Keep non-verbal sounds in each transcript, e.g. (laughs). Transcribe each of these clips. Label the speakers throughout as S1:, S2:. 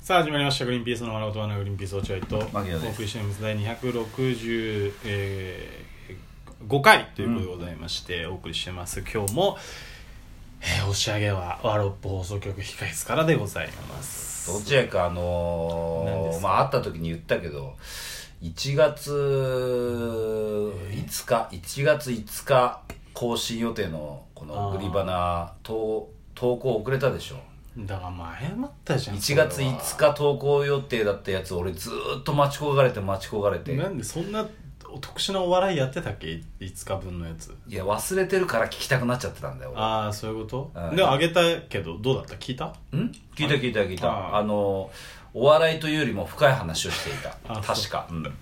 S1: さあ始まりました「グリーンピースの丸ごとはなグリーンピース落合」とお
S2: 牧野です
S1: 送りしております第265、えー5回ということでございまして、お送りしてます今日も、えー、押し上げはワロップ放送局控室からでございます
S2: どちらかあの
S1: 何で
S2: ー
S1: すか
S2: まあ会った時に言ったけど1月5日1月5日更新予定のこの「グリバナ投」投稿遅れたでしょ
S1: だからまあ謝ったじゃん
S2: 1月5
S1: 5
S2: 日投稿予定だったやつ俺ずーっと待ち焦がれて待ち焦がれて
S1: なんでそんな特殊なお笑いやってたっけ5日分のやつ
S2: いや忘れてるから聞きたくなっちゃってたんだよ俺
S1: ああそういうこと
S2: うん
S1: であげたけどどうだった聞いた
S2: ん聞いた聞いた聞いた
S1: あ
S2: あのお笑いというよりも深い話をしていた
S1: あ
S2: 確か、うん、1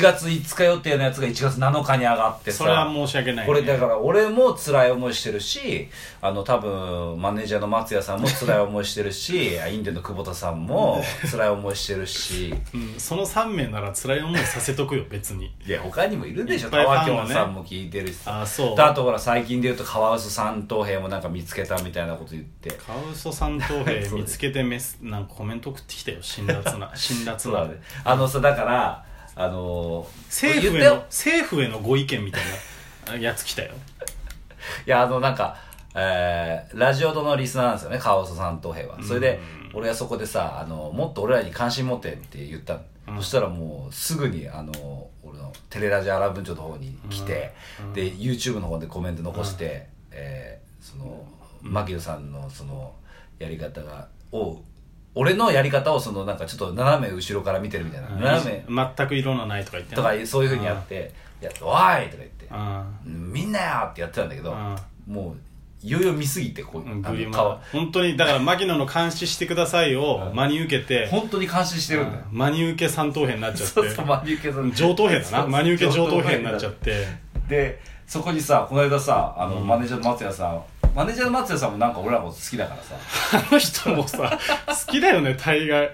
S2: 月5日予定のやつが1月7日に上がってさ
S1: それは申し訳ない、ね、
S2: これだから俺も辛い思いしてるしあの多分マネージャーの松也さんも辛い思いして
S1: (laughs)
S2: るしインデの久保田さんも辛い思いしてるし
S1: うん、その3名なら辛い思いさせとくよ別に
S2: いや他にもいるでし
S1: い
S2: ょ
S1: っぱいファンは
S2: 川
S1: ね
S2: 京さんも聞いてるし
S1: あそう
S2: あとほら最近で言うとカワウソ三等兵もなんか見つけたみたいなこと言って
S1: カウソ三等兵
S2: (laughs) そう
S1: 見
S2: です
S1: つけてメスなんかコメント送ってきたよ辛辣
S2: (laughs)
S1: な辛辣
S2: そうだ
S1: な
S2: ねあのさだからあのー、
S1: 政府へ
S2: 言った
S1: の
S2: よ
S1: 政府へのご意見みたいな (laughs) やつ来たよ
S2: いやあのなんかえー、ラジオとのリスナーなんですよね川尾さんと平はそれで俺はそこでさあのもっと俺らに関心持ってって言ったの、
S1: うん
S2: そしたらもうすぐにあの俺のテレラジアラ文鳥の方に来て、で YouTube の方でコメント残して、えーその牧野さんのそのやり方がを俺のやり方をそのなんかちょっと斜め後ろから見てるみたいな、斜め
S1: 全く色のないとか言って
S2: とかそういうふうにやって「いやおい!」とか言って
S1: あ
S2: 「みんなよ!」ってやってたんだけど
S1: あ
S2: もういよいよ見すぎてこうあ
S1: グリ
S2: の
S1: マ
S2: 顔
S1: 本当にだから牧野の監視してくださいを真に受けて
S2: 本当に感心してるんだよ
S1: 真に受け三等兵になっちゃって
S2: そうそう真に受けそう
S1: 上等兵だ
S2: そ
S1: な
S2: う
S1: 真に受け上等兵になっちゃって
S2: でそこにさこの間さあのマネージャーの松也さんマネージャーの松也さんもなんか俺らのこと好きだからさ
S1: あの人も
S2: (laughs)
S1: さ、好きだよね、大概。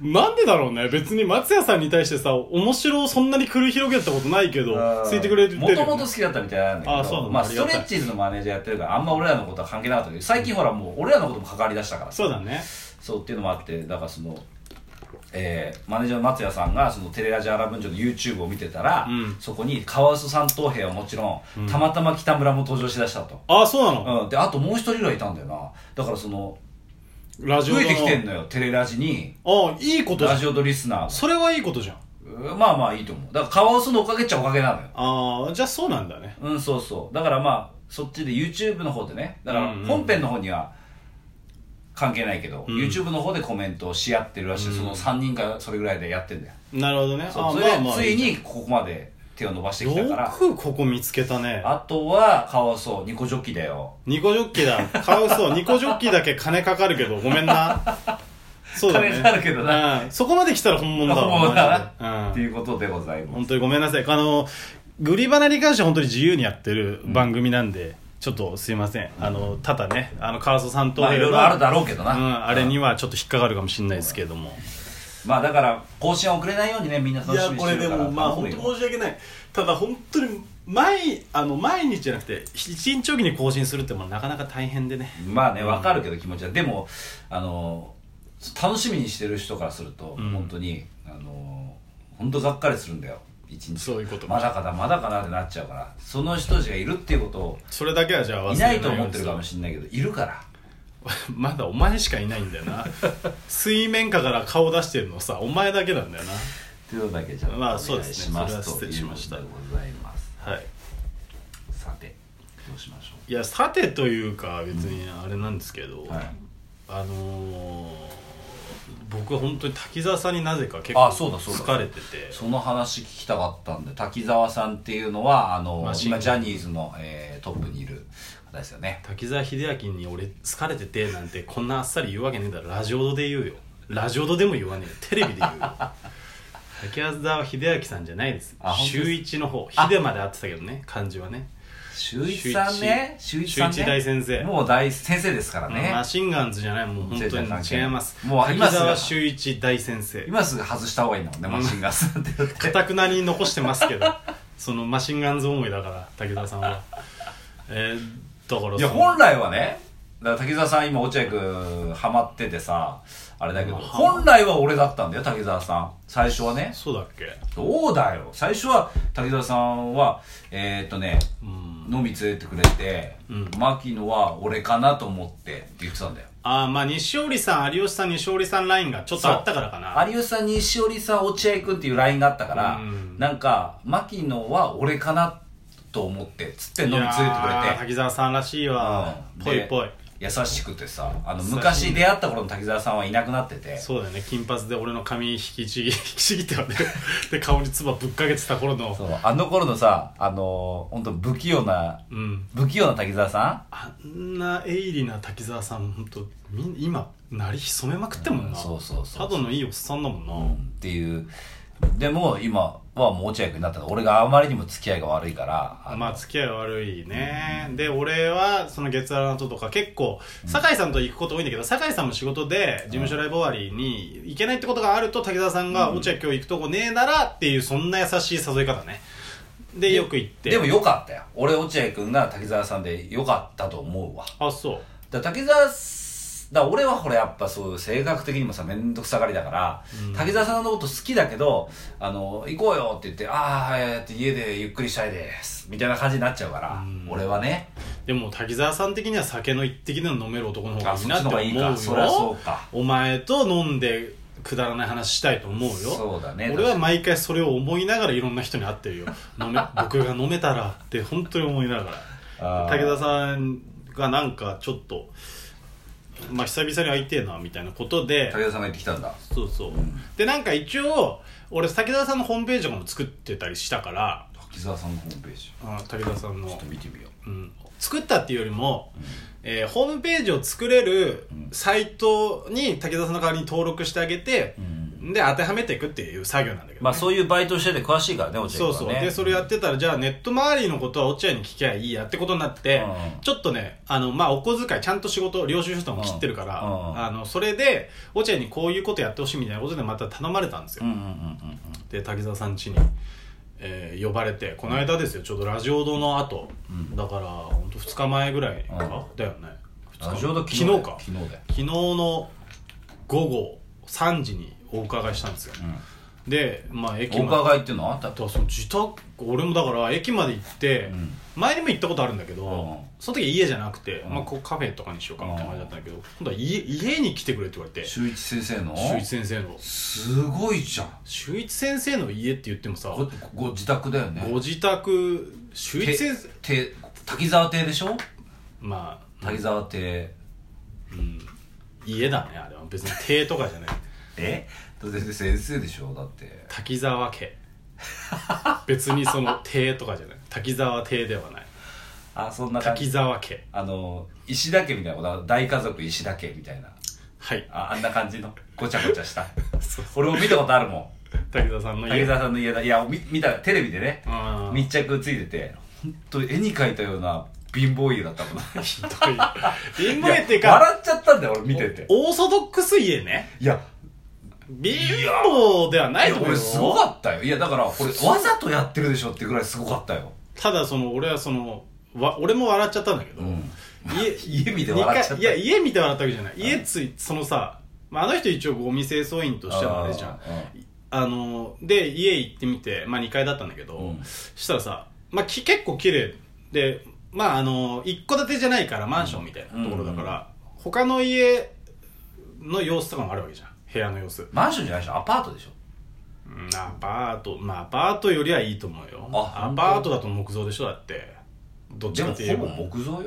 S1: なんでだろうね別に松屋さんに対してさ、面白をそんなに繰り広げたことないけど、ついてくれてるよ
S2: も
S1: ね、
S2: ともと好きだったみたいなん
S1: あ
S2: だけ
S1: そうな
S2: ど
S1: の
S2: まあ
S1: あ
S2: ス
S1: りが
S2: ト
S1: たい
S2: レッチーズのマネージャーやってるからあんま俺らのことは関係なかったけど最近ほらもう俺らのことも関わりだしたからさ
S1: そうだね。
S2: そうっていうのもあってだからその、えーマネージャーの松也さんがそのテレラジアラ文書の YouTube を見てたら、
S1: うん
S2: そこにカワウソ三等兵はもちろん、たまたま北村も登場しだしたと、
S1: ああ、そうなの、
S2: うん、であともう一人ぐらいいたんだよなだからその
S1: ラジオ
S2: 増えてきてん
S1: の。
S2: のよテレラジに
S1: ああ、いいことじゃ
S2: ラ
S1: ん。
S2: ジオとリスナー
S1: それはいいことじゃん。
S2: がうんまあまあいいと思うだからカワウソのおかげっちゃおかげなのよ
S1: ああ、じゃあそうなんだね。
S2: うんそうそうだからまあそっちで YouTube の方でねだか
S1: う
S2: ら
S1: んうん
S2: 本編の方には関係ないけど、YouTube の方でコメントをし合ってるらしい、その3人かそれぐらいでやってんだよ
S1: なるほどね。
S2: そう
S1: ああ
S2: それ
S1: まあ
S2: で
S1: まあ
S2: ついにここまで手を伸ばしてきたか
S1: よ
S2: ら
S1: くここ見つけたね。
S2: あとはカワウソニコジョッキだよ
S1: ニコジョッキーだ。買うそう。ニコジョッキーだけ金かかるけど、ごめん
S2: (laughs)
S1: な。そうだね。
S2: 金かかるけどな
S1: うん。そこまで来たら本物だわ。
S2: 本物だ
S1: マジでうん
S2: って。いうことでございます
S1: 本当にごめんなさいあのグリバナに関しては本当に自由にやってる番組なんで、ちょっとすいませんあのただねあの川曽さんと
S2: まあいろいろあるだろうけど
S1: う
S2: な、
S1: ん、あれにはちょっと引っかかるかもしれないですけれども、
S2: まあだから更新は遅れないようにねみんな楽
S1: い
S2: し
S1: や
S2: みに
S1: こ
S2: して
S1: れで
S2: るから
S1: もまあ
S2: 頼む
S1: 本
S2: よ
S1: 当申し訳ないただ本当に毎あの毎日じゃなくて一日おきに更新するってもなかなか大変でね
S2: まあねわかるけど気持ちはでもあの楽しみにしてる人からすると、
S1: うん
S2: 本当にあの本当がっかりするんだよ一日
S1: そういうこと
S2: まだかなまだかなってなっちゃうからその人たちがいるっていうことを
S1: それだけはじゃあ忘れ
S2: いないと思ってるかも
S1: し
S2: しれないけどいるから
S1: れない (laughs) まだお前しかいないんだよな水面下から顔出してるのさお前だけなんだよな
S2: というだけじゃ
S1: まあそうですね
S2: お願い
S1: それは
S2: します
S1: 失礼しました
S2: ということでございます
S1: はい
S2: さてどうしましょ
S1: いやさてというか別にあれなんですけど、
S2: う、はい、
S1: あのー、僕は本当に滝沢さんになぜか結構
S2: あそうだそうだ
S1: 疲れてて
S2: その話聞きたかったんで滝沢さんっていうのはあの、
S1: まあ
S2: 今ジャニーズの、えートップにいる方ですよね
S1: 滝沢秀明に俺疲れててなんてこんなあっさり言うわけねえだろラジオで言うよラジオでも言わねえよテレビで言うよ
S2: (laughs)
S1: 滝沢秀明さんじゃないです
S2: あ本当です
S1: 週一の方秀まで会ってたけどね漢字はね
S2: 周一さんね
S1: 周
S2: 周
S1: 一
S2: 一さん、ね、
S1: 周一大先生
S2: もう大先生ですからね、
S1: マシンガンズじゃないもう本当に違います
S2: もう
S1: 滝
S2: 今すぐ
S1: 沢秀一大先生
S2: 今すぐ外した方がいいんだもんねマシンガンズなんて言って
S1: かたくなに残してますけど
S2: (laughs)
S1: そのマシンガンズ思いだから武田さんはえー、だから
S2: い
S1: そ
S2: や
S1: の
S2: 本来はねだから滝沢さん今落合君ハマっててさあれだけど本来は俺だったんだよ滝沢さん最初はね
S1: そうだっけ
S2: どうだよ最初は滝沢さんはえーっとね
S1: うん
S2: 飲み連れてくれて、
S1: うん
S2: 牧野は俺かなと思ってって言ってたんだよ
S1: ああまあ西織さん有吉さん西織さんラインがちょっとあったからかな
S2: 有吉さん西織さん落合君っていうラインがあったから、
S1: うん
S2: なんか牧野は俺かなと思ってつって飲み連れてくれ
S1: いやー
S2: て
S1: 滝沢さんらしいわ
S2: うん
S1: ぽいぽい
S2: で優しくてさあの
S1: 優しいね
S2: 昔出会った頃の滝沢さんはいなくなってて
S1: そうだよね金髪で俺の髪引きちぎ引きちぎっては
S2: (laughs)
S1: ねで顔に唾ぶっかけてた頃の
S2: そうあの頃のさあの本当不器用な
S1: うん
S2: 不器用な滝沢さ
S1: あんな鋭利な滝沢さん本当みん今なり潜めまくってんもんな、
S2: うんそうそうそう
S1: ただのいいおっさんだもんな、
S2: ん、うんっていうでも今はもう落合君になったの俺があまりにも付き合いが悪いからあの
S1: まあ付き合い悪いね、で俺はその月原の後とか結構酒井さんと行くこと多いんだけど酒井さんも仕事で事務所ライブ終わりに行けないってことがあると滝沢さんが「落合今日行くとこねえなら」っていうそんな優しい誘い方ねでよく行って
S2: でもよかったよ俺落合君が滝沢さんでよかったと思うわ
S1: あそう
S2: だから滝沢すだから俺はほらやっぱそう性格的にもさ面倒くさがりだから、滝沢さんのこと好きだけどあの行こうよって言って「ああはい」って家でゆっくりしたいですみたいな感じになっちゃうから、
S1: うん
S2: 俺はね
S1: でも滝沢さん的には酒の一滴でも飲める男の方が
S2: あ
S1: いい
S2: そっ
S1: な
S2: ち
S1: っ
S2: の
S1: て思
S2: 方が
S1: う
S2: いい
S1: よ
S2: かそりゃそうか
S1: お前と飲んでくだらない話したいと思うよ
S2: そうだね
S1: 俺は毎回それを思いながらいろんな人に会って
S2: (laughs)
S1: るよ飲め僕が飲めたらって本当に思いながら
S2: あー
S1: 武田さんがなんかちょっとまあ久々に会いてえなみたいなことで
S2: 滝沢さんが行ってきたんだ
S1: そうそうでなんか一応俺武田さんのホームページとかも作ってたりしたから
S2: 滝沢さんのホームページ
S1: あー武田さん
S2: ちょ
S1: の
S2: っと見てみよ
S1: うん、作ったっていうよりも、えーホームページを作れるサイトに武田さんの代わりに登録してあげて
S2: う、、うん、
S1: で当てはめていくっていう作業なんだけどね、
S2: まあそういうバイトしてて詳しいからね落合君
S1: そ
S2: は
S1: う
S2: ね
S1: そうでそれやってたらじゃあネット周りのことは落合に聞きゃいいやってことになって、
S2: うん
S1: ちょっとねあの、まあ、お小遣いちゃんと仕事領収書とかも切ってるから、
S2: うんうん
S1: あのそれで落合にこういうことやってほしいみたいなことでまた頼まれたんですよ、
S2: うんうんうんうん
S1: で滝沢さん家に、えー呼ばれてこの間ですよちょうどラジオ堂の後、だから本当2日前ぐらいか、だよね
S2: うんラジオだ
S1: 昨日
S2: だよ
S1: か
S2: 昨日だよ
S1: 昨日の午後3時にお伺いしたんですよ、でまあ駅
S2: お
S1: まで
S2: 伺いっていうのはあった
S1: だからその自宅俺もだから駅まで行って、
S2: ん
S1: 前にも行ったことあるんだけど、
S2: うん
S1: その時家じゃなくて、
S2: ん
S1: まあ、こうカフェとかにしようかみたいな感じだったんだけど、今度は家家に来てくれって言われて
S2: 周一先生の
S1: 修一先生の
S2: すごいじゃん
S1: 修一先生の家って言ってもさ
S2: ごご自宅だよね
S1: ご自宅周一先生
S2: てて滝沢邸でしょ
S1: まあ、
S2: 滝沢邸
S1: うん、家だねあれは別に邸とかじゃない (laughs)
S2: えだって先生でしょだって
S1: 滝沢家別にその邸とかじゃない滝沢邸では
S2: (laughs)
S1: ない
S2: あそんな感
S1: 滝
S2: じ
S1: 沢家
S2: あの石田家みたいなこと大家族石田家みたいな
S1: はい
S2: ああんな感じのごちゃごちゃ (laughs) した俺も見たことあるも
S1: 滝沢さん
S2: ん
S1: の
S2: 滝
S1: 家
S2: 沢さんの家だいやみ見たテレビでね
S1: あー
S2: 密着ついてて本当絵に描いたような貧乏家だったもんな
S1: ひど
S2: (laughs)
S1: い貧乏家っていう
S2: いや
S1: か
S2: 笑っちゃったんだよ俺見てて
S1: オーソドックス家ね
S2: いや
S1: 貧乏ではないい
S2: や
S1: と思う
S2: 俺
S1: よ
S2: すごかったよいやだからこれわざとやってるでしょってぐらいすごかったよ
S1: ただその俺はそのわ俺も笑っちゃったんだけど、
S2: うん
S1: 家
S2: 家見て笑っちゃった
S1: 二回いや家見て笑ったわけじゃない家ついそのさまああの人一応お店総員としてはあれじゃんあので家行ってみて、まあ、2階だったんだけど、
S2: うん
S1: したらさ、まあ、き結構綺麗でまああの一戸建てじゃないからマンションみたいなところだから、他の家の様子とかもあるわけじゃん部屋の様子、
S2: マンションじゃないでしょアパートでしょ
S1: うんアパートまあアパートよりはいいと思うよ
S2: あ
S1: アパートだと木造でしょだってどっち
S2: で
S1: か
S2: も
S1: って言えば
S2: ほぼ木造よ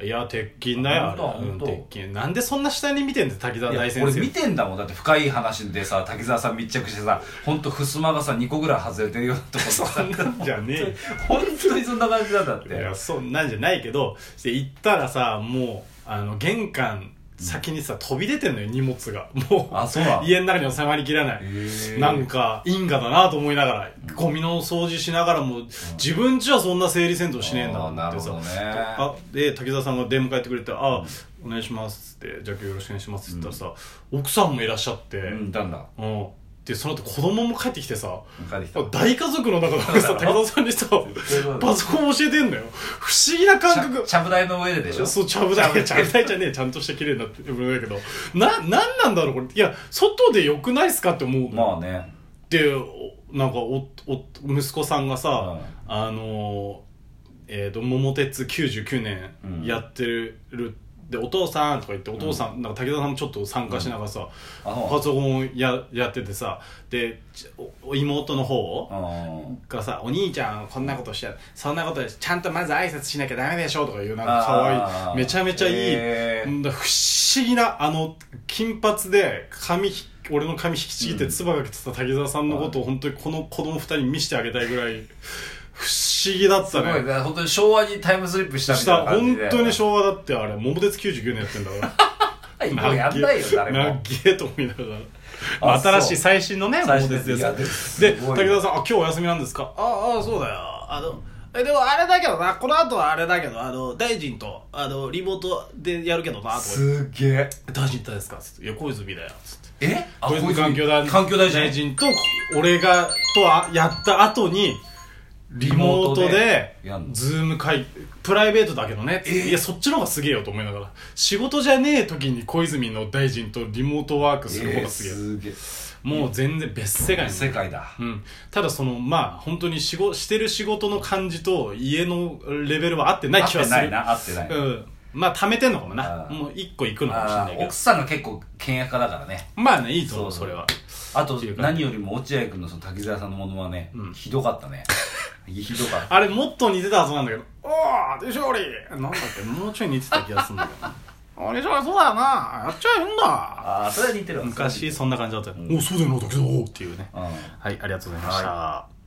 S1: いや鉄筋だよあれ
S2: 本当
S1: うん
S2: 本当
S1: 鉄筋なんでそんな下に見てんだよ滝沢
S2: いや
S1: 大先
S2: 俺
S1: 生
S2: 見てんだもんだって深い話でさ滝沢さん密着してさ本当襖がさ2個ぐらい外れてるようなとこさ
S1: そんなんじゃねえよ
S2: 本当にそんな感じなんだって
S1: いやそんなんじゃないけどして行ったらさもうあの玄関先にさ飛び出てんのよ荷物がもう
S2: あそうなの
S1: 家の中に収まりきらない
S2: ー
S1: なんか因果だなと思いながらゴミの掃除しながらも自分ちはそんな整理戦闘しねえんだ
S2: あーな
S1: って
S2: る
S1: さ
S2: ほどね
S1: あで滝沢さんが出迎えてくれて「あお願いします」って「じゃあ今日よろしくお願いします」って言ったらさ奥さんもいらっしゃって
S2: うんだんだ
S1: うんでその後子供も帰ってきてさ
S2: 帰ってきた
S1: 大家族の中で俺さ高田さんにさパソコン教えてんのよ不思議な感覚
S2: ちゃぶ台の上ででしょ
S1: そう、ちゃぶ台、ちゃぶ台じゃねえ、ちゃんとした綺麗になってるだけど、な、なんなんだろう、これ。いや、外で良くないっすかって思うの。
S2: まあね
S1: で、おなんかお、お、息子さんがさ、
S2: うん
S1: あのー、えっ、と、桃鉄99
S2: うん
S1: 年やってる、で、お父さんとか言って、お父さん、なんか武田さんもちょっと参加しながらさ、パ
S2: あの
S1: ソコンや、やっててさ、で、ちお妹の方
S2: うん
S1: がさ、お兄ちゃんこんなことしちゃうそんなことちゃんとまず挨拶しなきゃダメでしょとかいうなんか可
S2: あー
S1: 愛いめちゃめちゃいい、
S2: へー
S1: うんだ不思議なあの金髪で髪ひ俺の髪引きちぎって
S2: うん
S1: 唾かけてた滝沢さんのことを本当にこの子供二人に見せてあげたいぐらい不思議だっ
S2: す
S1: た
S2: ごい
S1: ね
S2: ね本当に昭和にタイムスリップしたみ
S1: したた
S2: いな感じ
S1: 本
S2: で
S1: 当に昭和だってあれ桃鉄99年やってんだから
S2: もうやんないよ誰
S1: なっ
S2: も
S1: げえと思いながら、
S2: あ
S1: まあ新し
S2: そう
S1: い最新のね
S2: 最
S1: 桃
S2: 新
S1: 鉄
S2: の
S1: で
S2: やつ
S1: す
S2: いや
S1: です
S2: ご
S1: 武
S2: い
S1: 田さん「あ今日お休みなんですか?」ああそうだよあのえでもあれだけどなこの後はあれだけどあの大臣とあのリモートでやるけどなとか言って
S2: すげえ
S1: 大臣とですか?」っつって「いや小泉だよ」っつって
S2: えあ
S1: 小泉環境大
S2: 大
S1: 臣
S2: 臣環境大臣
S1: と俺がとあやった後にリモートで
S2: リモートでやんの
S1: ズーム会プライベートだけどねっつって、いやそっちの方がすげえよと思いながら仕事じゃねえ時に小泉の大臣とリモートワークする方
S2: えー
S1: がすげえ、
S2: すげえ
S1: もう全然別世界なの
S2: 世界だ
S1: うん、ただそのまあ本当に仕事してる仕事の感じと家のレベルは合ってない
S2: 合っ
S1: 気は
S2: て
S1: する
S2: ないな合ってない
S1: うん、まあ貯めてんのかもな
S2: あー
S1: もう一個行くのかもしれ
S2: あ
S1: ない
S2: ー
S1: けど
S2: 奥さんが結構倹約家だからね
S1: まあねいいと思う
S2: そう
S1: それは
S2: あと
S1: っていうか
S2: 何よりも落合君のその滝沢さんのものはね、
S1: うん
S2: ひどかったねひどかった
S1: あれもっと似てたはずなんだけど「おーでしょ俺!」なんだっけもうちょい似てた気がするんだけどな「おーでしょそうだよなやっちゃえんだ
S2: ああそれは似てるわ
S1: 昔そんな感じだったよ、
S2: うん
S1: おそうだよなだけど」っていうね
S2: うん
S1: はいありがとうございました、
S2: は